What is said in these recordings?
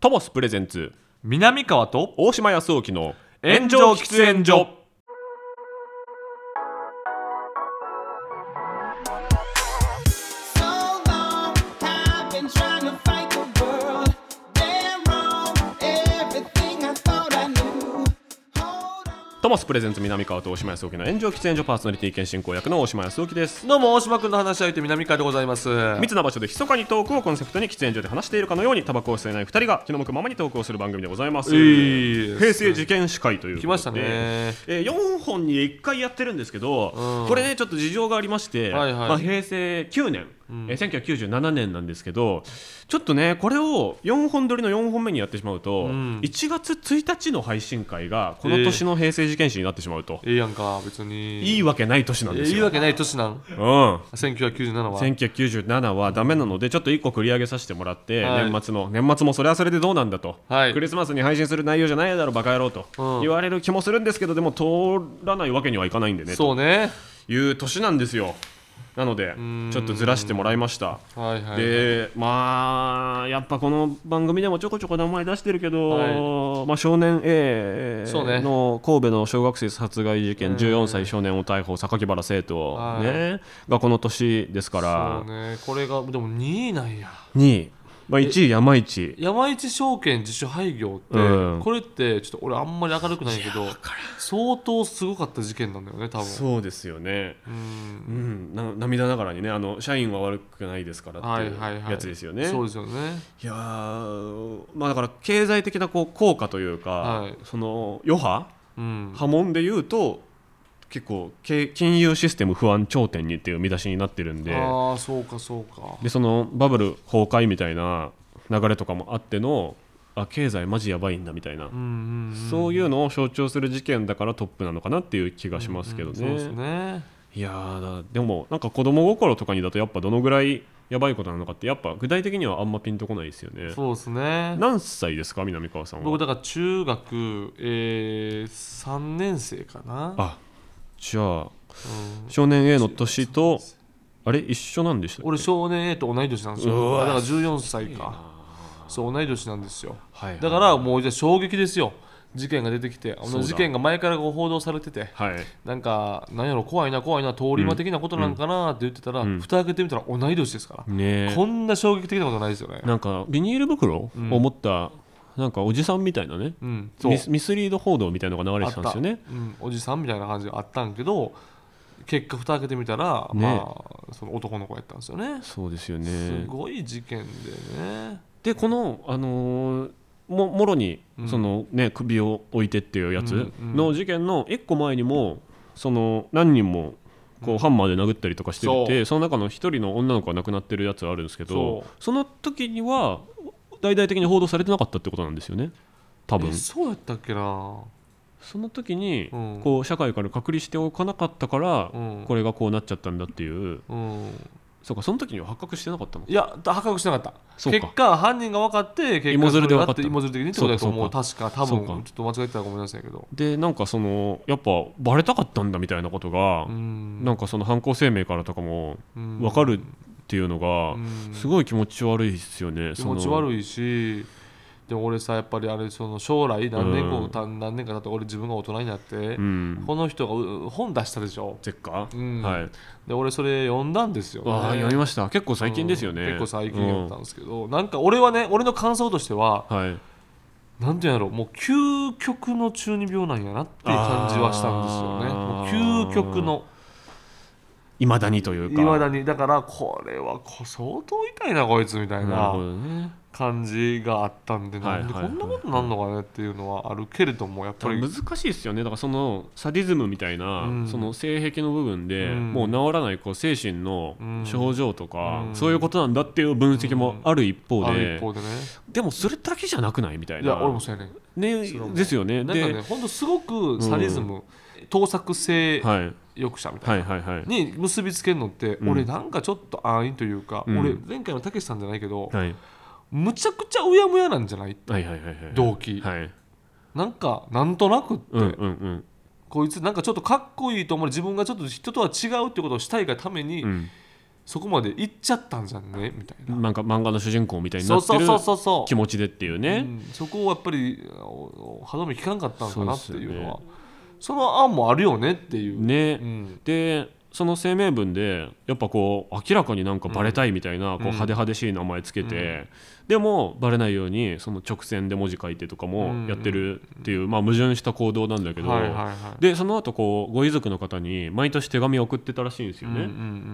トモスプレゼンツ南川と大島康沖の炎上喫煙所トモスプレゼンツ南川と大島康沖の炎上喫煙所パーソナリティ研修公役の大島康沖ですどうも大島君の話し相手南川でございます密な場所で密かにトークをコンセプトに喫煙所で話しているかのようにタバコを吸えない2人が気の向くままにトークをする番組でございます、ー平成事件司会ということで来ましたねえー、4本に1回やってるんですけど、うんこれねちょっと事情がありまして、はいはいまあ、平成9年、えー1997年なんですけどちょっとねこれを4本撮りの4本目にやってしまうと、ん1月1日の配信会がこのえー年の平成事件史になってしまうと、ええやんか別にいいわけない年なんえですいいよ。わけない年なんうん1997は1997はダメなのでちょっと1個繰り上げさせてもらって、はい年末の年末もそれはそれでどうなんだと、はいクリスマスに配信する内容じゃないだろバカ野郎とうん言われる気もするんですけどでも通らないわけにはいかないんでねそうねという年なんですよなのでーんちょっとずらしてもらいましたはいはいでまあやっぱこの番組でもちょこちょこ名前出してるけど、まあ、少年 A そうねの神戸の小学生殺害事件、14歳少年を逮捕榊原生徒、はいね、がこの年ですかそうら、ねこれがでも2位なんや2位、まあ、1位山一山一証券自主廃業って、うんこれってちょっと俺あんまり明るくないけど相当すごかった事件なんだよね多分そうですよね、うんうん、な涙ながらにねあの社員は悪くないですからっはていいうはいはいやつですよね。そうですよねいやーまあだから経済的なこう効果というか、はいその余波うん波紋で言うと結構け金融システム不安頂点にっていう見出しになってるんでああそうかそうかでそのバブル崩壊みたいな流れとかもあってのあ経済マジやばいんだみたいな、うんうんうんそういうのを象徴する事件だからトップなのかなっていう気がしますけどね。そうですねいやーだでもなんか子供心とかにだとやっぱどのぐらいやばいことなのかってやっぱ具体的にはあんまピンとこないですよね。そうですね何歳ですか南川さんは僕だから中学、えー、3年生かなあじゃあうん少年 A の年とあれ一緒なんでしたっけ俺少年 A と同い年なんですうよわだから14歳かそう同い年なんですよはいはいだからもうじゃあ衝撃ですよ事件が出てきてあそうのだ事件が前からご報道されててはいなんかなんやろ怖いな怖いな通り魔的なことなんかなって言ってたら、うん蓋開けてみたら同い年ですから、ねえこんな衝撃的なことないですよねなんかビニール袋をん持ったなんかおじさんみたいなねうんそうミスミスリード報道みたいのが流れてたんですよねあったうん、おじさんみたいな感じがあったんけど結果蓋開けてみたら、ねまあその男の子やったんですよねそうですよすねごい事件でねでこのあのーももろにうんその、ね、首を置いてっていうやつうんうんの事件の1個前にもその何人もこうハンマーで殴ったりとかしてそてその中の1人の女の子が亡くなってるやつがあるんですけどそうその時には大々的に報道されてなかったってことなんですよね多分えそうやったっけなその時にうんこう社会から隔離しておかなかったからうんこれがこうなっちゃったんだっていううんそうかその時には発覚してなかったのいやだ発覚してなかったそうか結果犯人が分かって結芋果づるで分かったそれがあ芋づる的にってことだと思うそうか確か多そうか分ちょっと間違えてたかもしれませんけどでなんかそのやっぱバレたかったんだみたいなことがうんなんかその犯行声明からとかもうん分かるっていうのがうんすごい気持ち悪いですよね気持ちい悪いしでも俺さやっぱりあれその将来何年後、うんた何年かだって俺自分が大人になって、うんこの人がう本出したでしょゼッカうんはいで俺それ読んだんですよ、ね、ああやりました結構最近ですよねうん結構最近う読んったんですけど、なんか俺はね俺の感想としてははいなんていうんやろもう究極の中二病なんやなっていう感じはしたんですよねあーもう究極のいまだにというかいまだにだからこれはこ相当痛いなこいつみたいなるほなどね感じがあったんではいなんでこはいはいんなことなんのかねっていうのはあるけれどもやっぱり難しいですよねだからそのサディズムみたいな、うんその性癖の部分で、うんもう治らないこう精神のうん症状とか、うんそういうことなんだっていう分析もある一方あで、る一方でねでもそれだけじゃなくないみたいいなや俺もそうやねねそれもですよねなんかで、ねほんとすごくサディズム、盗作性はい、はい抑者みたいな、はいはいはいに結びつけるのって、うん俺なんかちょっと安易というか、うん俺前回のたけしさんじゃないけど、はいむちゃくちゃうやむやなんじゃないはいはいはい動機、はいなんかなんとなくって、うんうんこいつなんかちょっとかっこいいと思う自分がちょっと人とは違うってことをしたいがために、うんうんそこまで行っちゃったんじゃんねみたいな、なんか漫画の主人公みたいにそなうってそうるそうそうそう気持ちでっていうね、うんそこをやっぱりおお歯止め効かなかったのかなっていうのはそうその案もあるよねっていう、ね、うんでその声明文でやっぱこう明らかになんかバレたいみたいな、こううん派手派手しい名前つけて、でもバレないようにその直線で文字書いてとかもやってるっていう、まあ、矛盾した行動なんだけど、はいはいはいでその後こうご遺族の方に毎年手紙を送ってたらしいんですようんうね、んう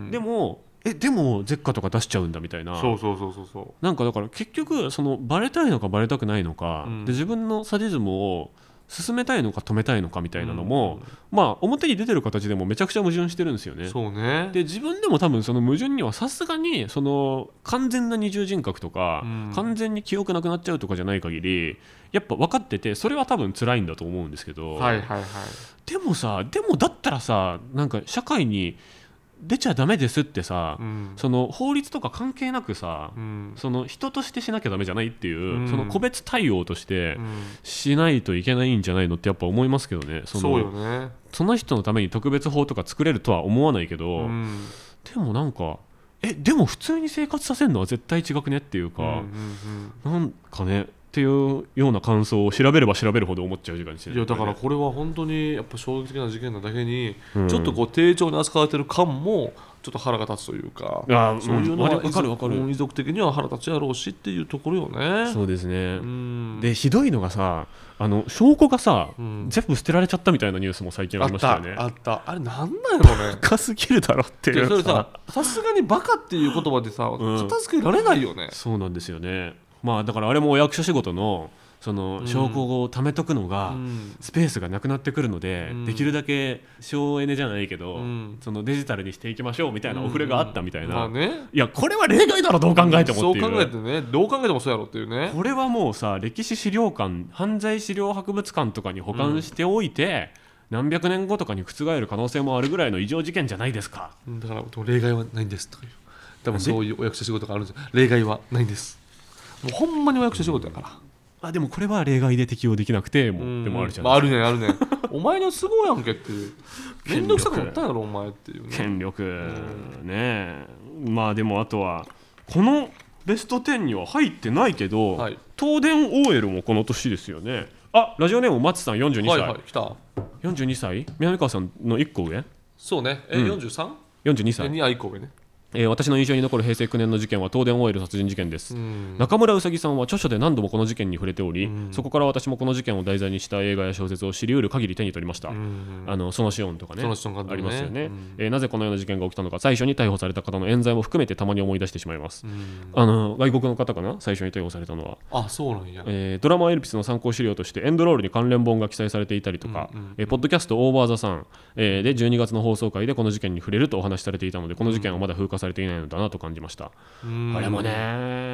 んでもえでも舌下とか出しちゃうんだみたいなそうそうそうそうそなんかだから結局そのバレたいのかバレたくないのか、うんで自分のサディズムを進めたいのか止めたいのかみたいなのも、まあ表に出てる形でもめちゃくちゃ矛盾してるんですようね。そうねで自分でも多分その矛盾にはさすがにその完全な二重人格とか、うん完全に記憶なくなっちゃうとかじゃない限りやっぱ分かっててそれは多分辛いんだと思うんですけど、はいはいはいでもさでもだったらさなんか社会に出ちゃダメですってさ、うんその法律とか関係なくさ、うんその人としてしなきゃダメじゃないっていう、うんその個別対応としてうんしないといけないんじゃないのってやっぱ思いますけどねそのそうよねその人のために特別法とか作れるとは思わないけど、うんでもなんかえでも普通に生活させるのは絶対違くねっていううんかう、んなんかねっていうような感想を調べれば調べるほど思っちゃう時間にしうんないいやだからこれは本当にやっぱ衝撃的な事件なだけに、うんちょっとこう丁重に扱われてる感もちょっと腹が立つというか、あーそういうのわかはるわかるわかるうん遺族的には腹立つやろうしっていうところよね。そうですね、うんでひどいのがさあの証拠がさ、うん全部捨てられちゃったみたいなニュースも最近あありっましたたよねあったあれなんなんやろね。 高すぎるだろっていいやうそれささすがにバカっていう言葉でさん片付けられないよね。そうなんですよねまあだからあれもお役所仕事のそのん証拠を貯めとくのが、うんスペースがなくなってくるので、うんできるだけ省エネじゃないけど、うんそのデジタルにしていきましょうみたいなお触れがあったみたいな、まあねいやこれは例外だろどう考えてもそっうてい考うえてねどう考えてもそうやろっていうね。これはもうさ歴史資料館犯罪資料博物館とかに保管しておいて、何百年後とかに覆る可能性もあるぐらいの異常事件じゃないですかだからでも例外はないんですとかいう多分そういうお役所仕事があるんです例外はないんです。もうほんまにお役所仕事やから。あでもこれは例外で適用できなくても、うんでもあるじゃまなあ、いあるねんある ねんお前の都合やんけっていう権力面倒くさくなったんやろお前っていうね権力ねえまあでもあとはこのベスト10には入ってないけど、はい東電 OL もこの年ですよねあラジオネーム松さん42は歳、いはい来た42歳南川さんの1個上そうねえ、うん 43? 42で歳、 2愛子上ねえー私の印象に残る平成9年の事件は東電 OL 殺人事件です、うん中村うさぎさんは著書で何度もこの事件に触れており、そこから私もこの事件を題材にした映画や小説を知りうる限り手に取りました、うんあのそのシオンとかねそのシオン監督ねありますよね、うんえーなぜこのような事件が起きたのか最初に逮捕された方の冤罪も含めてたまに思い出してしまいます、うんあの外国の方かな最初に逮捕されたのは、あそうなんやえードラマエルピスの参考資料としてエンドロールに関連本が記載されていたりとか、うんうんうんえーポッドキャストオーバーザさん、えーで12月の放送回でこの事件に触れるとお話しされていたのでこの事件はまだ風化されていないのだなと感じました、うんあれもね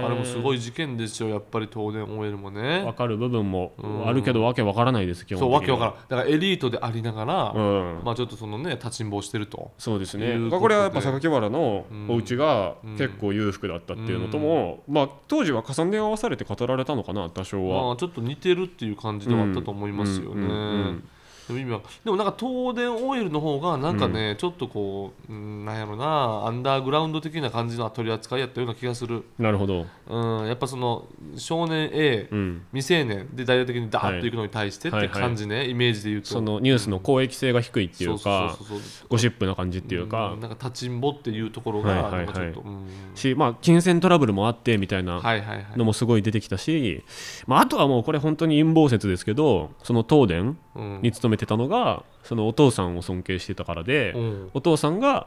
ああれもすごいい事件ですよやっぱり東電 OL も分ねかる部分もあるけどわけわからないです基本そうわけわかららんだからエリートでありながら、うんまあちょっとそのね立ちんぼをしてるとそうですといねうことでこれはやっぱ榊原のお家が結構裕福だったっていうのとも、まあ、当時は重ね合わされて語られたのかな多少は、まあちょっと似てるっていう感じではあったと思いますうよね。んうんうんでも今でもなんか東電オイルの方がなんかね、ちょっとこう、うん、なんやろなアンダーグラウンド的な感じの取り扱いやったような気がする、なるほど、うん、やっぱその少年 A、うん、未成年で大々的にダーッといくのに対してっはていはい感じね、イメージで言うとそのニュースの公益性が低いっていそううそうかそうそうゴシップな感じっていうか、んなんか立ちんぼっていうところがはいはいはないんかちょっと、うんし、まあ、金銭トラブルもあってみたいなはいはいはいのもすごい出てきたし、まあ、あとはもうこれ本当に陰謀説ですけどその東電うんに勤めてたのがそのお父さんを尊敬してたからで、うんお父さんが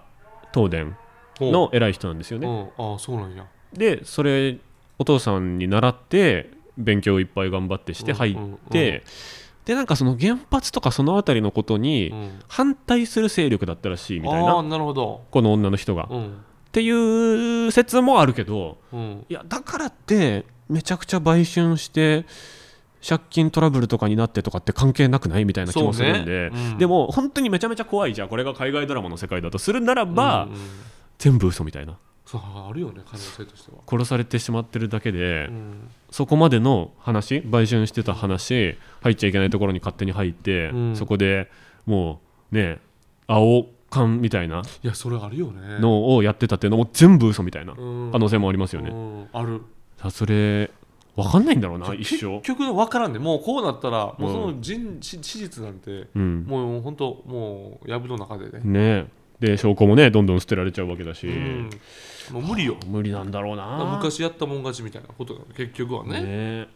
東電の偉い人なんですようね。んああそうなんやでそれお父さんに習って勉強をいっぱい頑張ってして入って、うんうんうんでなんかその原発とかその辺りのことうにん反対する勢力だったらしいみたいあな、あなるほどこの女の人が。っうんていう説もあるけどうんいやだからってめちゃくちゃ売春して借金トラブルとかになってとかって関係なくないみたいな気もするんで、そうねうんでも本当にめちゃめちゃ怖いじゃあこれが海外ドラマの世界だとするならば、うんうん全部嘘みたいなそうあるよね可能性としては。殺されてしまってるだけで。うんそこまでの話売春してた話入っちゃいけないところに勝手に入って、うんそこでもうね青感みたいないやそれあるよねのをやってたっていうのも全部嘘みたいなうん可能性もありますようね。んあるさあそれ分かんないんだろうな一結生。局分からんで、もうこうなったらもうそうんの人事実なんてうん、もう本当もうやぶの中でね、ねえで証拠もねどんどん捨てられちゃうわけだし、うんもう無理よ無理なんだろうな。昔やったもん勝ちみたいなことなの結局はねね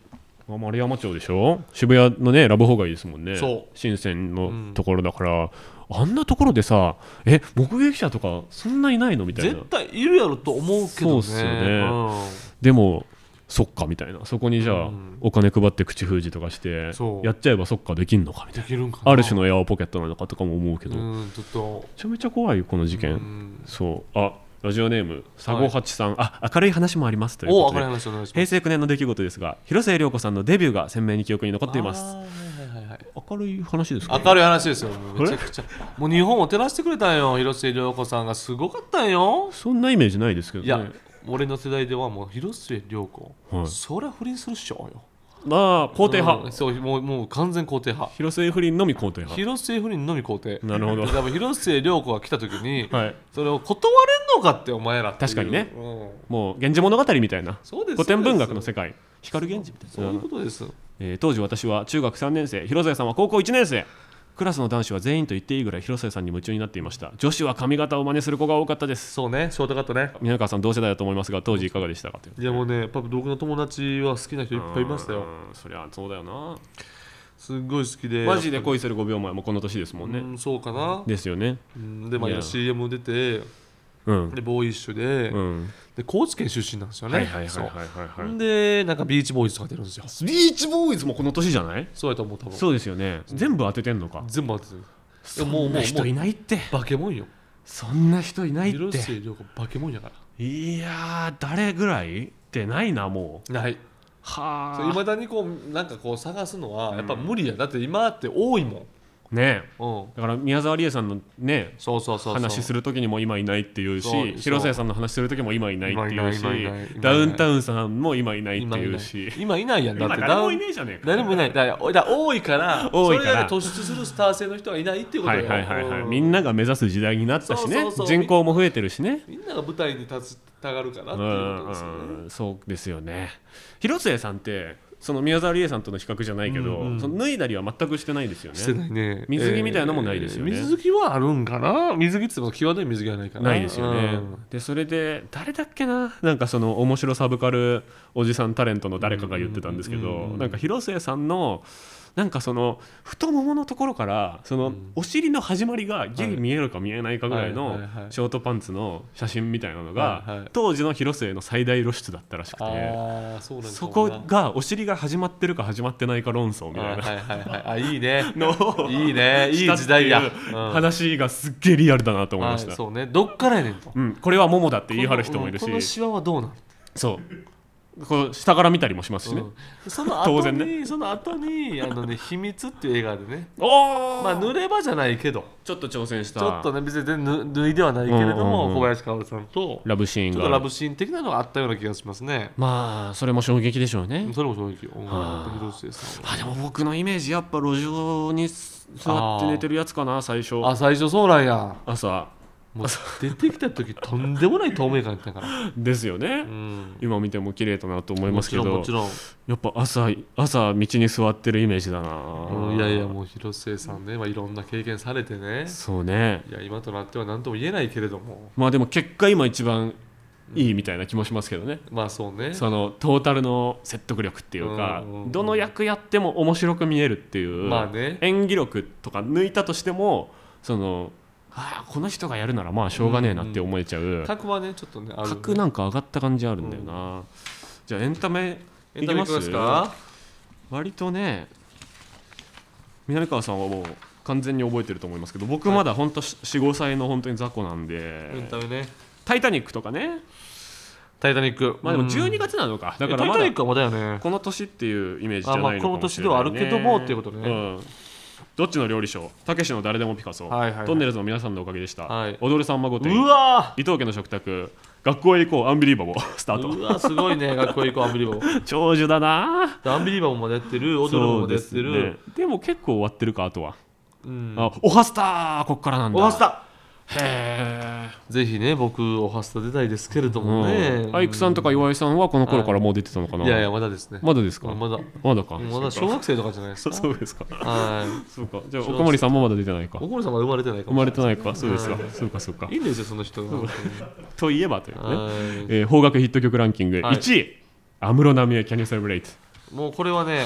まあ、丸山町でしょ渋谷のねラブホ街ですもんねそう深センうのんところだから、あんなところでさえ目撃者とかそんないないのみたいな絶対いるやろと思うけどねそうっすよねでもそっかみたいなそこにじゃあ、うんお金配って口封じとかしてそうやっちゃえばそっかできんのかみうんでたいきるんかななある種のエアーポケットなのかとかも思うけど、めうんちょっとちゃめちゃ怖いよこの事件、うんそうあラジオネーム佐合八さん、あ明るい話もありますというおこと分かりでましたお願いしま平す成9年の出来事ですが広末涼子さんのデビューが鮮明に記憶に残っていますあーはいはいはい明るい話ですか、明るい話ですよもうめちゃくちゃもう日本を照らしてくれたんよ広末涼子さんがすごかったんよそんなイメージないですけどいねや俺の世代ではもう広末涼子、はいそりゃ不倫するっしょよまあ肯定派、うんそうもうもう完全肯定派広末不倫のみ肯定派広末不倫のみ肯定なるほどで多分広末涼子が来た時にはいそれを断れんのかってお前らってい確うかにねうんもう「源氏物語」みたいなそうです古典文学のそ世う界光源氏みですたそいういうなこ、とですえー当時私は中学3年生広末さんは高校1年生クラスの男子は全員と言っていいぐらい広末さんに夢中になっていました女子は髪型を真似する子が多かったですそうねショートカットね宮川さん同世代だと思いますが当時いかがでしたかといういやもうねやっぱ僕の友達は好きな人いっぱいいましたようんそりゃそうだよなすっごい好きでマジで恋する5秒前もこの年ですもんね、うんそうかなですよねうんでまあいや CM 出てうんでボーイッシュで,、うんで高知県出身なんですよねはいはいはいそうはいはいはい、んでなんかビーチボーイズとか出るんですよビーチボーイズもこの年じゃないそうやと思う多分そうですよね全部当ててんのか全部当ててるそもうんな人いないってバケモンよそんな人いないっ広て末涼子バケモンやかいやー誰ぐらいってないなもうらないいはまだにこうなんかこう探すのはやっぱ無理や、だって今って多いもあねえん、うん、だから宮沢りえさんのねそうそうそうそう話する時にも今いないっていうしそうそう広末さんの話する時も今いないっていうし今いない今いない今いないダウンタウンさんも今いないって今いいなういし今いないやんだっ今て誰もいだねえじゃねえか誰もいないだからだから多いから多いからそれだけ突出するスター性の人がいないっていうこはといよ、はいはいはい、うみんなが目指す時代になったしねそうそうそう人口も増えてるしねみんなが舞台に立ちたがるからってういうんことですよね、うんそうですよね広末さんってその宮沢りえさんとの比較じゃないけど、うんうんその脱いだりは全くしてないですよしてねないね水着みたいなのもないですよね水着はあるんかな水着って言っても際どい水着はないかなないですよね、うんでそれで誰だっけななんかその面白サブカルおじさんタレントの誰かが言ってたんですけど、うんうんうんなんか広末さんのなんかその太もものところからそのんお尻の始まりがギリ見えるか見えないかぐらいはのいはいはいショートパンツの写真みたいなのはいはがい当時の広末の最大露出だったらしくて。ああそうなんだそこがお尻が始まってるか始まってないか論争みたいあなはいはいはいあいいね のをいいねいい時代や、したっうていうん話がすっげえリアルだなと思いはまいした、そうねどっからやねんとうん、これは桃だって言い張る人もいるこのこのしシワはどうなんそうこう下から見たりもしますしね、うんその後に当然ねその後にあのね「秘密」っていう映画でねおお、まあ濡れ場じゃないけどちょっと挑戦したちょっとね別に全然脱脱いではないけれどうんうも、んうん小林薫さんとラブシーンちょがっとラブシーン的なのがあったような気がしますねまあそれも衝撃でしょうね、それも正直うんはあ広末さんはあでも僕のイメージやっぱ路上に座って寝てるやつかな最初あ最初そうなん や朝もう出てきた時とんでもない透明感やったから、ですよね、うん、今見ても綺麗だなと思いまもすけちろんどもちろんやっぱ朝朝道に座ってるイメージだな、うんいやいやもう広末さんね、まあ、いろんな経験されてねそうねいや今となっては何とも言えないけれどもまあでも結果今一番いいみたいな気もしますけどね、まあそうねそのトータルの説得力っていうか、うんうんうんどの役やっても面白く見えるっていう、まあね演技力とか抜いたとしてもそのああこの人がやるならまあしょうがねえなって思えちゃう、格はねちょっとねある格なんか上がった感じあるんだよな、じゃあエンタメエンタメいかがですいきかます割とね南川さんはもう完全に覚えてると思いますけど僕まだ本当45歳の本当に雑魚なんでエンタメね「タイタニック」とかね「タイタニック」まあでもうん12月なのか、だえかタらイまタニだックはまだよねこの年っていうイメージじゃないのかもしれあまあない、ねこの年ではあるけどもっていうことねんどっちの料理ショーたけしの誰でもピカソ、はいはいはいトンネルズの皆さんのおかげでした、はい踊るさんま御殿うわ伊藤家の食卓学校へ行こうアンビリーバボ ースターートうわすごいね学校へ行こうアンビリバボー長寿だなでアンビリバボーまでやってる踊るのもやっそうでてすねるでも結構終わってるかあとは、うんあオハスターこっからなんだオハスタへぜひね僕おはスタ出たいですけれどえ、もね、アイクさんとか岩井さんはこの頃からもう出てたのかな、いやいやまだですねまだですか、まだまだかまだ小学生とかじゃないですそかそうですかはいそうかじゃあおかまりさんもまだ出てないかおこりさんは生まれてないか生もましれれてないないかそうですかはいそうかそうかいいんですよその人が本といえばという当にね、はいえー、邦楽ヒット曲ランキング、はい1位安室奈美恵 Can You Celebrate もうこれはね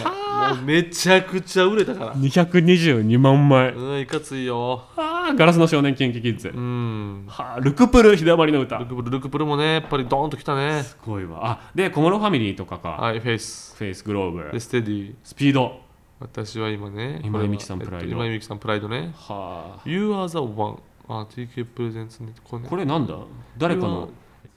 もうめちゃくちゃ売れたから222万枚、うんいかついよあーガラスの少年キンキキッズ、うんはあルクプル日だまりの歌ルクプルルクプルもねやっぱりドーンときたねすごいわあで小室ファミリーとかか、はいフェイスフェイスグローでブステディスピード私は今ね今井美樹さんこれはプライドえっと今井美樹さんプライドねはあ You are the one あ TK プレゼンツねこれねこれなんだ誰かこれはの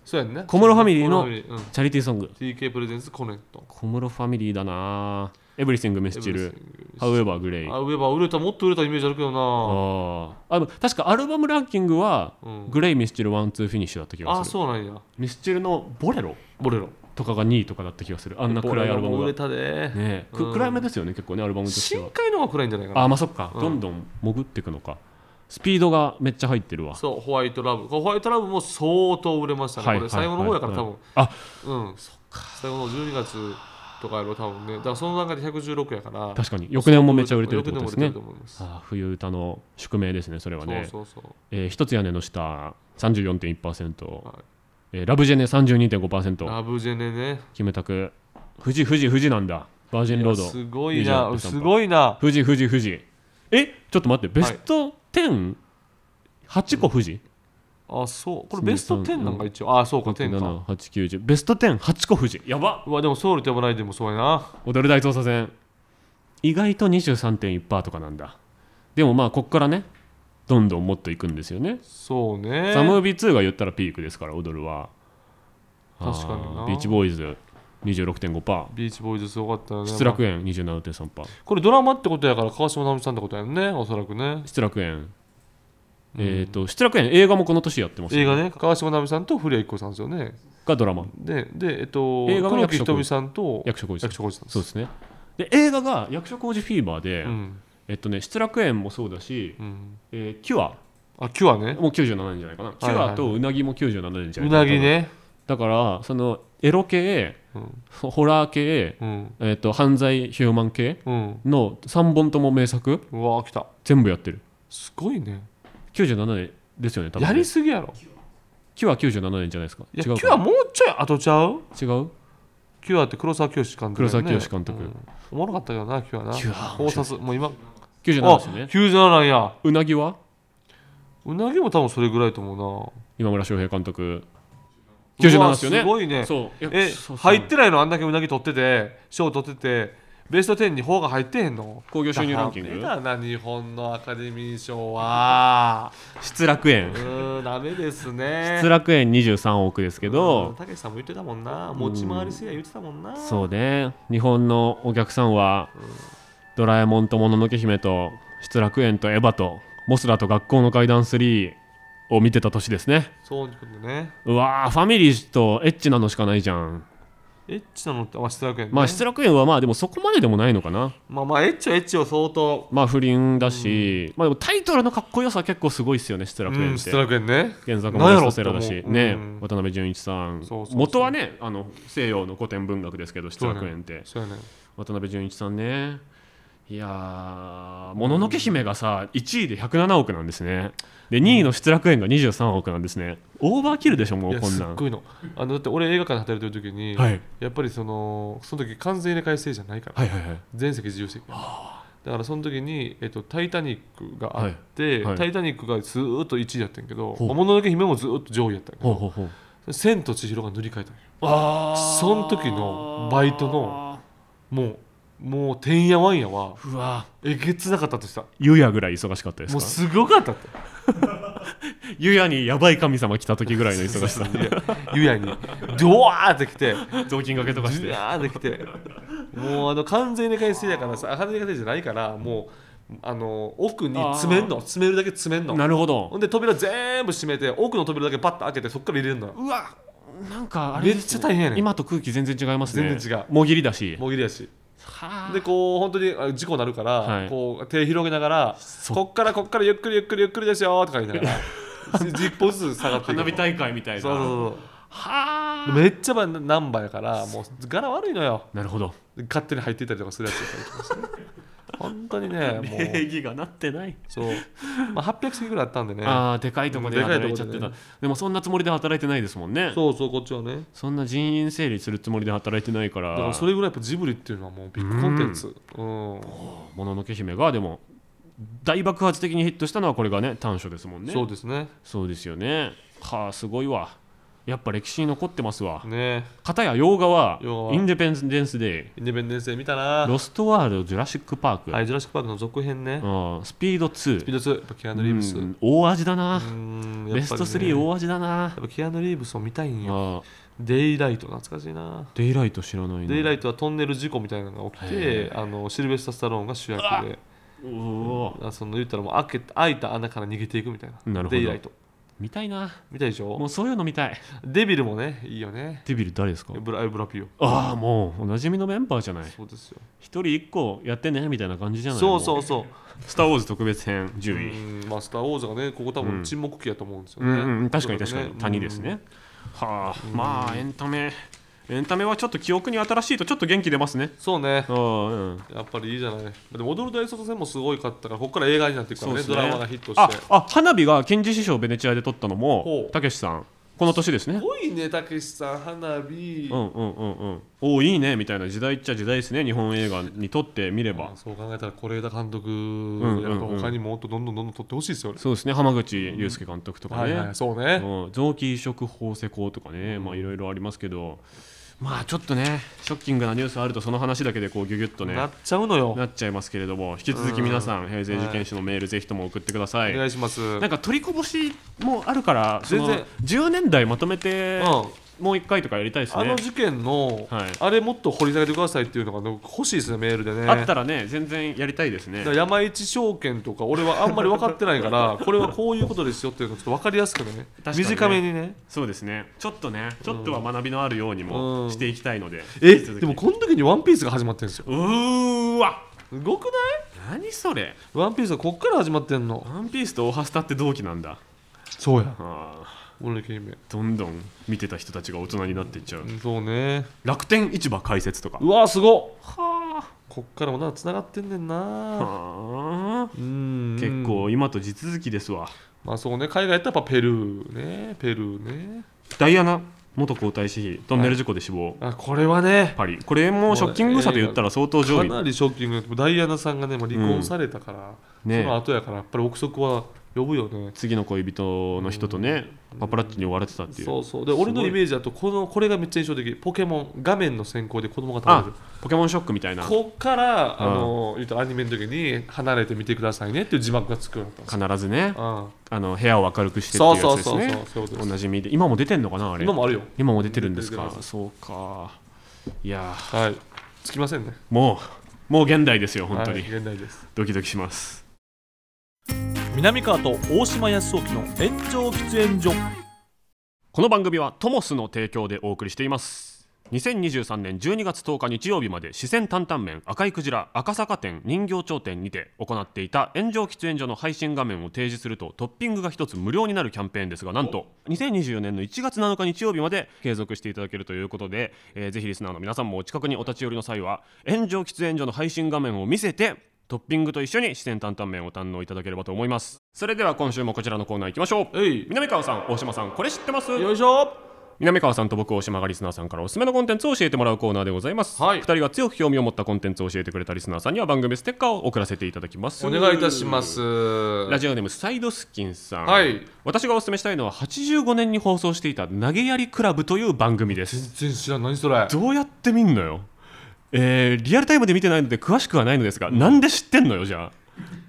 そうやんね小室ファミリーの小室ファミリーうんチャリティーソング TK プレゼンツコネット小室ファミリーだなエブリシングメスチル Everything However グレイああウェバー売れたもっと売れたイメージあるけどなーあでも確かアルバムランキングはうんグレイミスチルワンツーフィニッシュだった気あがあするそうなんやミスチルのボレロボレロとかが2位とかだった気がするあんな暗いアルバボレロもム売がれたで、ねえくうん暗めですよね結構ねアルバムとしては深海の方が暗いんじゃないかあなーまあそっかうんどんどん潜っていくのかスピードがめっちゃ入ってるわそうホワイトラブこれホワイトラブも相当売れましたね、はいこれ最後の方やからはい多はい分、あうん最後の12月とかやろ多分ねだからその中で116やから確かに翌年もめっちゃ売れてるってことですね翌年も売れてると思いますああ冬歌の宿命ですねそれはねそうそうそうえー一つ屋根の下34.1%、はいえーラブジェネ32.5%ラブジェネねキムタク富士富士富士なんだバージンローいやドすごい23%なすごいな富士富士富士えちょっと待ってベスト 10?8、8個富士あそうこれベスト23 10なんか一応あそうか10か67890ベスト108個富士やばうわでもソウルと呼ばないでもそうやな踊る大捜査線意外と23.1%とかなんだでもまあこっからねどんどんもっといくんですよねそうねザ・ムービー2が言ったらピークですから踊るは確かになあービーチボーイズ26.5%ビーチボーイズすごかったよね失楽園27.3%これドラマってことやから川島直美さんってことやんねおそらくね失楽園、えっ、と失楽園映画もこの年やってますよ映画ね川島直美さんと古谷一行さんですよねがドラマででえっと映画が黒木役所ひとみさんと役所広司役所広司さんですそうですねで映画が役所広司フィーバーで、うんえっとね失楽園もそうだし、うんえーキュアあキュアねもう97年じゃないかな、いはいキュアとうなぎも97年じゃなういかななぎねだからそのエロ系、うんホラー系、うんえっと犯罪ヒューマン系うんの3本とも名作うわー来た全部やってるすごいね97年ですよね多分ねやりすぎやろキュア97年じゃないですかいや違うキュアかもうちょい後ちゃう違うキュアって黒沢清監督だよね黒沢清監督うんおもろかったけどなキュアなキュア考察もう今あ ?97 ですね97なんやうなぎはうなぎも多分それぐらいと思今村翔平監督うな97うわですよねすごいねそういやえそうそう入ってないのあんだけうなぎ取ってて賞取っててベスト10に方が入ってへんの興行収入ランキンダメグだな日本のアカデミー賞は失楽園うーんダメですね失楽園23億ですけうんどたけしさんも言ってたもんな持ち回りすぎや言ってたもんなそうね日本のお客さんはドラえもんともののけ姫と失楽園とエヴァとモスラと学校の怪談3を見てた年ですねそういうことねうわーファミリーとエッチなのしかないじゃんエッチなのってまあ失楽園ねまあ失楽園はまあでもそこまででもないのかなまあまあエッチはエッチを相当まあ不倫だし、まあでもタイトルのかっこよさ結構すごいっすよね失楽園うんって、失楽園ね原作なんもやろソセラだし、って思うねうん渡辺淳一さんそうそうそう元はねあの西洋の古典文学ですけど失楽園って、そうやね渡辺淳一さんねいやーもののけ姫がさ1位で107億なんですねで2位の失楽園が23億なんですねオーバーキルでしょもいうやこんすっなんごいのあのだって俺映画館で働いてる時に、はいやっぱりそのその時完全入れ替え制じゃないからはいはいはい全席自由席だからその時に、えっと「タイタニック」があって、はいはいタイタニック」がずーっと1位やったんやけど「ほうもののけ姫」もずーっと上位やったんやけほうどほうほう「千と千尋」が塗り替えたんやあーそん時のバイトのもうもうてんやわんやはうわえげつなかったとした湯屋ぐらい忙しかったですもうかすごかったって湯屋にやばい神様来た時ぐらいの忙しさゆやにドワーってきて雑巾がけとかしジュてワーできてもうあの完全に回数やからさ完全に回数じゃないからもうあの奥に詰めんの詰めるだけ詰めんのなるほどほんで扉全部閉めて奥の扉だけパッと開けてそっから入れるのようわなんかあれめっちゃ大変やねん今と空気全然違いますね全然違うもぎりだしもぎりやしはあでこう本当にあ事故なるから、はいこう手広げながらそうこっからこっからゆっくりゆっくりゆっくりですよとか言いながら 一歩ずつ下がっていく花火大会みたいなそうそうそうはあめっちゃばナンバーやからもう柄悪いのよなるほど勝手に入っていたりとかするやつやったりとかして本当 にねも礼う儀がなってないそう、まあ、800席ぐらいあったんでねああでかいとこででかい働といこちゃでっねてたで,、もそんなつもりで働いてないですもんねそうそうこっちはねそんな人員整理するつもりで働いてないかだかららそれぐらいやっぱジブリっていうのはもうビッグコンテンツうん、もののけ姫がでも大爆発的にヒットしたのはこれがね短所ですもんねそうですねそうですよねはあすごいわやっぱ歴史に残ってますわね片や洋画は洋画はインデペンデンスデインデペンデンスで見たイなロストワールドジュラシック・パーク、はいジュラシック・パークの続編ねうん、スピード2スピード2やっぱキアヌ・リーブスうん大味だな、うんやっぱりねベスト3大味だなや、っぱキアヌ・リーブスを見たいんよああデイライト懐かしいなデイライト知らないなデイライトはトンネル事故みたいなのが起きへてあのシルベスター・スタローンが主役でうおあその言ったらもう開け開いた穴から逃げていくみたいななるほどデイライト見たいな見たいでしょもうそういうの見たいデビルもねいいよねデビル誰ですかブラブラピオああもうおなじみのメンバーじゃないそうですよ一人一個やってねみたいな感じじゃないそうそううそうスター・ウォーズ特別編10位、うんまあスター・ウォーズがねここ多分沈黙期やと思うんですようね、んうん、確かに確かに、ね谷ですね、はあ、まあエンタメエンタメはちょっと記憶に新しいとちょっと元気出ますねうんそうねああうんやっぱりいいじゃないでも踊る大捜査線もすごいかったからここから映画になっていくからねそうですドねラマがヒットしてああ花火が金獅子賞をベネチアで取ったのもほうたけしさんこの年ですねすごいねたけしさん花火、うんうんうんうんおおいいねみたいな時代っちゃ時代ですね日本映画にとってみれば、まあそう考えたら是枝監督、んうんやっぱ他にもっとどんどんどんどん撮ってほしいですよね。そうですね浜口竜介監督とかはね、いはい、そうね。うん臓器移植法施行とかね、まあいろいろありますけどまあちょっとねショッキングなニュースあるとその話だけでこうギュギュッとねなっちゃうのよ。なっちゃいますけれども引き続き皆さん平成事件史のメールぜひとも送ってください、お願いします。うん。なんか取りこぼしもあるからその全然10年代まとめてもう1回とかやりたいですあねの事件の、はいあれもっと掘り下げてくださいっていうのがね欲しいですねメールでね。あったらね全然やりたいですねだから山一証券とか俺はあんまり分かってないから これはこういうことですよっていうのをちょっと分かりやすくねかにね短めにねそうですねちょっとねちょっとは学びのあるようにうもんしていきたいので、え引き続きでもこの時に「ワンピースが始まってるんですようーわすごくない何それ「ワンピースがこっから始まってんのワンピースとオハスタって同期なんだそうやあ俺の君ーどんどん見てた人たちが大人になっていっちゃう、そうね楽天市場開設とかうわーすごっはこっからもなつながってんねんあなはあうん結構今と地続きですわまあそうね海外やったらやっぱペルーねペルーねダイアナ元皇太子妃トンネル事故で死亡、あこれはねパリこれもショッキングさと言ったら相当上か位なりショッキングダイアナさんがねもう離婚されたから、ねその後やからやっぱり憶測は呼ぶよね次の恋人の人とねパパラッチに追われてたっていうそうそうですごい俺のイメージだとこのこれがめっちゃ印象的ポケモン画面の先行で子供が食べあるポケモンショックみたいな必こっからあの言ったらアニメの時に離れてみてくださいねっていう字幕がつくようになったんですずねよ、あの部屋を明るくしてっていそううやそつうでそすうそうねそういうおことですなじみで今も出てんのかなあれ今もあるよ今も出てるんですか出てますそうかいやーはいつきませんねもうもう現代ですよ本当はい、に現代ですドキドキします南川と大島康雄の炎上喫煙所この番組はトモスの提供でお送りしています2023年12月10日日曜日まで四川担々麺赤いクジラ赤坂店人形町店にて行っていた炎上喫煙所の配信画面を提示するとトッピングが一つ無料になるキャンペーンですがなんと2024年の1月7日日曜日まで継続していただけるということで、えーぜひリスナーの皆さんもお近くにお立ち寄りの際は炎上喫煙所の配信画面を見せてトッピングと一緒に四川担々麺を堪能いただければと思いますそれでは今週もこちらのコーナー行きましょうえい南川さん大島さんこれ知ってますよいしょ南川さんと僕大島がリスナーさんからおすすめのコンテンツを教えてもらうコーナーでございます、はい2人が強く興味を持ったコンテンツを教えてくれたリスナーさんには番組ステッカーを送らせていただきますお願いいたしますララジオネームサイドスキンさん、はい私がおすすめしたいのは85年に放送していた「投げやりクラブ」という番組です全然知らん何それどうやって見んのよえーリアルタイムで見てないので詳しくはないのですが、なんで知ってんのよじゃあ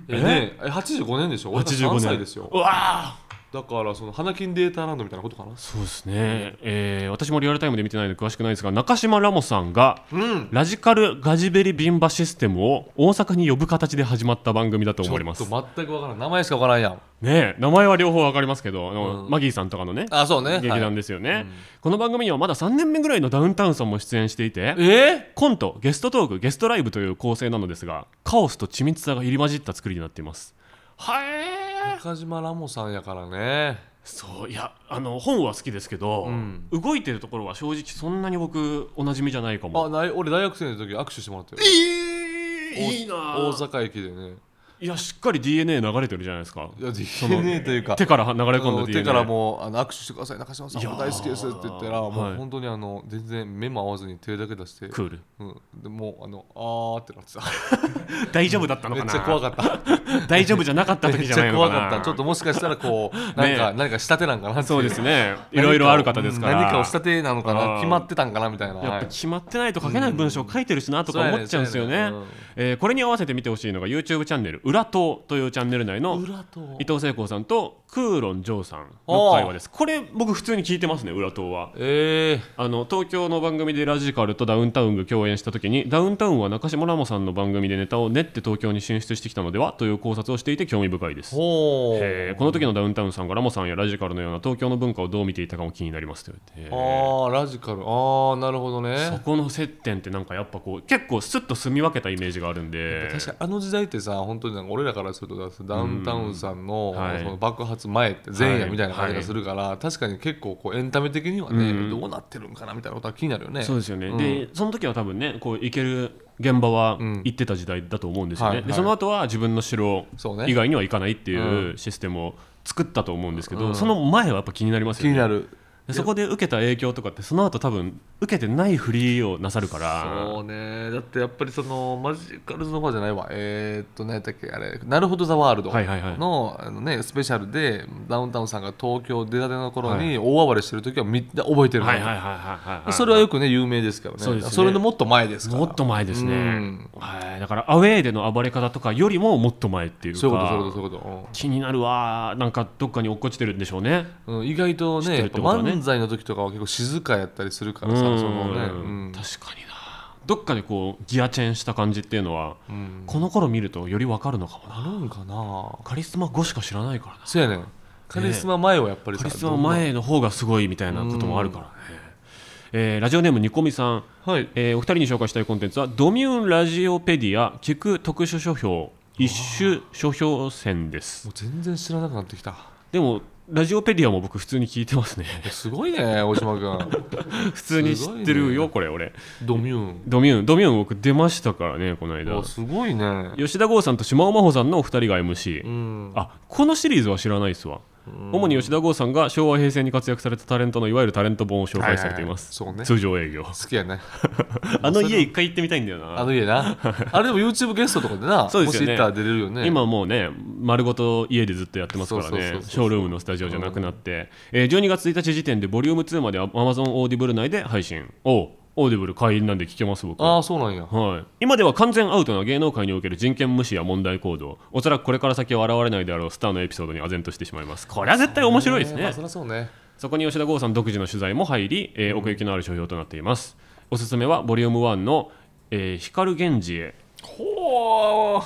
えねえ85年でしょ俺が85 3年歳ですようわーだからその花金データランドみたいなことかなそうですね、えー私もリアルタイムで見てないので詳しくないですが中島ラモさんがうんラジカルガジベリビンバシステムを大阪に呼ぶ形で始まった番組だとちょ思っいますと。全くわからん名前しかわからんやんねえ名前は両方わかりますけど、あのうんマギーさんとかのね、あそうね劇はい団ですよね、この番組にはまだ3年目ぐらいのダウンタウンさんも出演していて、えコント、ゲストトーク、ゲストライブという構成なのですが、カオスと緻密さが入り混じった作りになっています。はえ中島ラモさんやからねそういやあの本は好きですけど、うん動いてるところは正直そんなに僕おなじみじゃないかあもない俺大学生の時握手してもらったよえー大いいな大ぁ阪駅でねいやしっかり DNA 流れてるじゃないですかいやその DNA というか手から流れあ込んのだ DNA 手からもうあの握手してください中島さんいやー僕大好きですって言ったらもはうい本当にあの全然目も合わずに手だけ出して、クールうん、でもうあのあーってなってた大丈夫だったのめかっなちゃ怖かった大丈夫じゃなかっため時っじちゃなゃいのか怖なかったちょっともしかしたらこうなんか、ねえ何か仕立てなんかなっていそうですねい何かをろいろある方ですからうん何かを仕立てなのかうなん決まってたんかなみたいなやっぱ決まってないと書けない文章を書いてるしなとかそうやね思っちゃうんですよそうやねねうん。えーこれに合わせて見てほしいのが YouTube チャンネル「裏党」というチャンネル内の裏と伊藤聖光さんとクーロン・ジョーさんの会話です。これ僕普通に聞いてますね裏党は。えあの東京の番組でラジカルとダウンタウンが共演した時にダウンタウンは中島ラモさんの番組でネタを練って東京に進出してきたのではという考察をしていて興味深いでー、す。ほうえーこの時のダウンタウンさんがラモさんやラジカルのような東京の文化をどう見ていたかも気になりますと言って。ああラジカルああなるほどそねこの接点ってなんかやっぱこう結構スッと住み分けたイメージがあるんで確かにあの時代ってさ本当になんか俺らからするとダウンタウンさんの,、うんはいその爆発前って前夜みたいな感じはがいするから、確かに結構こうエンタメ的にはね、うんどうなってるんかなみたいなことは気になるよねそうですよね、うんでその時は多分ねこう行ける現場はうん行ってた時代だと思うんですよね、はいはいでその後は自分の城そうね以外には行かないっていううシステムを作ったと思うんですけど、うんその前はやっぱ気になります気よにねなるでそこで受けた影響とかってその後多分受けてないフリーをなさるからそうねだってやっぱりそのマジカルズの方じゃないわえー、っと何やったっけあれ「なるほどザワールドの」はいはいはいあのね、スペシャルでダウンタウンさんが東京出たての頃はに大暴れしてる時はみんな覚えてるのはいはいはいはいはいそれはよくね有名ですからねそうですねれのもっと前ですからもっと前ですね、うんはいだからアウェーでの暴れ方とかよりももっと前っていうかそういうことそういうことそういうこ気になるわなんかどっかに落っこちてるんでしょうねと、うんうん、意外と知ってねるやっってぱことはね漫才の時とかは結構静かやったりするからうさんそのね、うん確かになどっかでこうギアチェンした感じっていうのは、うんこの頃見るとより分かるのかもなあるんかなカリスマ5しか知らないからなそうやねんカリスマ前はやっぱりさカリスマ前の方がすごいみたいなこともあるからね、えーラジオネームニコミさん、はいえーお二人に紹介したいコンテンツはドミューンラジオペディア聞く特殊書評一種書評選ですもう全然知らなくなってきたでもラジオペディアも僕普通に聞いて ますねすごいね大島君普通に知ってるすごよ、いねこれ俺ドミュドミューンドミューン僕出ましたからねこの間ーンあすごいね吉田剛さんと島尾真帆さんのお二人が MC、うんあこのシリーズは知らないですわ、主に吉田剛さんが昭和平成に活躍されたタレントのいわゆるタレント本を紹介されています、はいはいはいそ通常営業好きやねあの家一回行ってみたいんだよなあの 家なあれでも YouTube ゲストとかでなそうですよねもし行ったら出れるよね今もうね丸ごと家でずっとやってますからそうそうそねうそうショールームのスタジオじゃなくなって、えー12月1日時点でボリューム2まで Amazon オーディブル内で配信おうオーディブル会員なんで聞けます僕ああそうなんやはい、今では完全アウトな芸能界における人権無視や問題行動おそらくこれから先は現れないであろうスターのエピソードに唖然としてしまいますこれは絶対面白いですえーまあねそりゃそうねそこに吉田剛さん独自の取材も入り、えー奥行きのある書評となっていますおすすめはボリューム1の「えー光源氏へほー」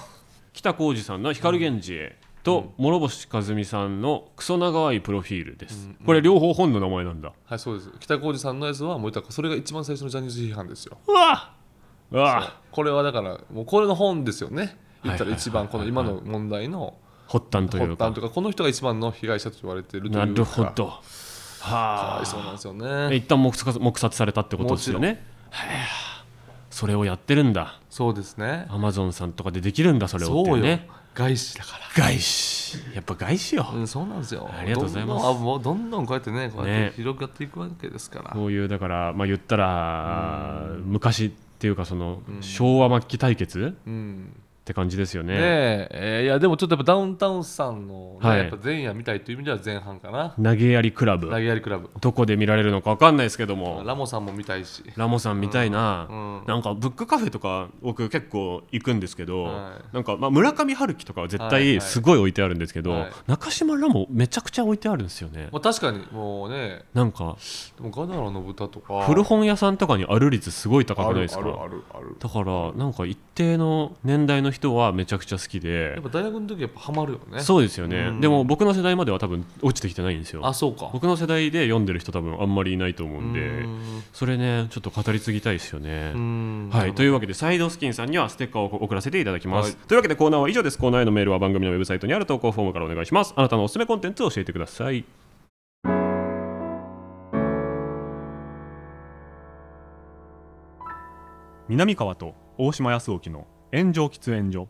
北浩二さんの「光源氏へ」と諸星和美さんの「クソ長いプロフィール」ですこれ両方本の名前なんだはいそうです北浩二さんのやつはもう言ったらそれが一番最初のジャニーズ批判ですようわうわこれはだからもうこれの本ですよね言ったら一番この今の問題の発端とい発うか端とかこの人が一番の被害者と言われてるというなかるほどはかあわいそうなんですよえね一旦黙殺黙殺されたってことですよねへえそれをやってるんだそうですねアマゾンさんとかでできるんだそれをってそうよね外資だから外資やっぱ外資よ、うん、そうなんですよ。ありがとうございますどんどんあもうどんどんこうやってね、こうやっねて広がっていくわけですから。こういうだからまあ言ったら昔っていうかその昭和末期対決っうん、て感じですよねねええーいやでもちょっとやっぱダウンタウンさんの、ねはいやっぱ前夜みたいという意味では前半かな。投げやりクラ投ブげやりクラブ。どこで見られるのか分かんないですけどもラモさんも見たいし。ラモさんみたいな、うんうんなんかブックカフェとか僕結構行くんですけど、はなんかまあ村上春樹とかは絶はいは対いすごい置いてあるんですけど、はい中島ラモめちゃくちゃ置いてあるんですよねまあ、確かにもうね、なんかでもガダラの豚とか。古本屋さんとかにある率すごい高あくないるですあかるあるある。だからなんか一定の年代の人はめちゃくちゃ好きでやっぱ大学の時やっぱハマるよねそうですよね、うんでも僕の世代までは多分落ちてきてないんですよあそうか僕の世代で読んでる人多分あんまりいないと思うんでうんそれねちょっと語り継ぎたいですよね、うんはい、というわけでサイドスキンさんにはステッカーを送らせていただきます、はいというわけでコーナーは以上ですコーナーへのメールは番組のウェブサイトにある投稿フォームからお願いしますあなたのおすすめコンテンツを教えてください南川と大島康沖の炎上喫煙所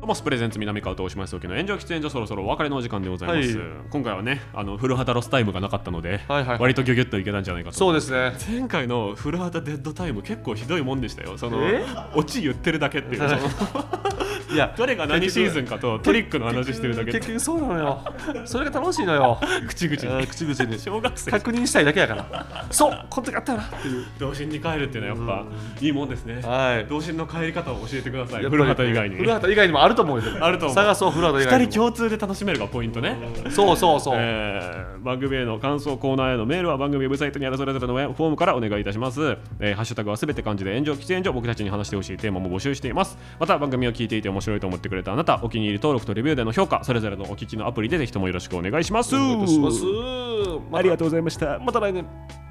トモスプレゼンツ南川と大島康沖の炎上喫煙所そろそろお別れのお時間でございます、はい今回はねあの古畑ロスタイムがなかったので、はいはい割とギュギュッといけたんじゃないかとそう思ですね前回の古畑デッドタイム結構ひどいもんでしたよそのえオチ言ってるだけ っていうそはいの いやどれが何シーズンか とトリックの話してるだけ結局そうなのよそれが楽しいのよ口々に口々に小学生確認したいだけやからそうこの時あったよなっていう童心に帰るっていうのはやっぱいいもんですねはい童心の帰り方を教えてくださいやっぱり古畑以外に古畑以外にもあると思うよあると思う探そう古畑以外2に人共通で楽しめるがポイントね日そうそうそう、えー番組への感想コーナーへのメールは番組ウェブサイトにあるそれぞれのフォームからお願いいたします、えーハッシュタグはすべて漢字で炎上喫煙所僕たちに話してほしいテーマも募集していますまた番組を聞いていて面白いと思ってくれたあなたお気に入り登録とレビューでの評価それぞれのお聞きのアプリでぜひともよろしくお願いしますお願いいたしますありがとうございましたまた来年バイバイ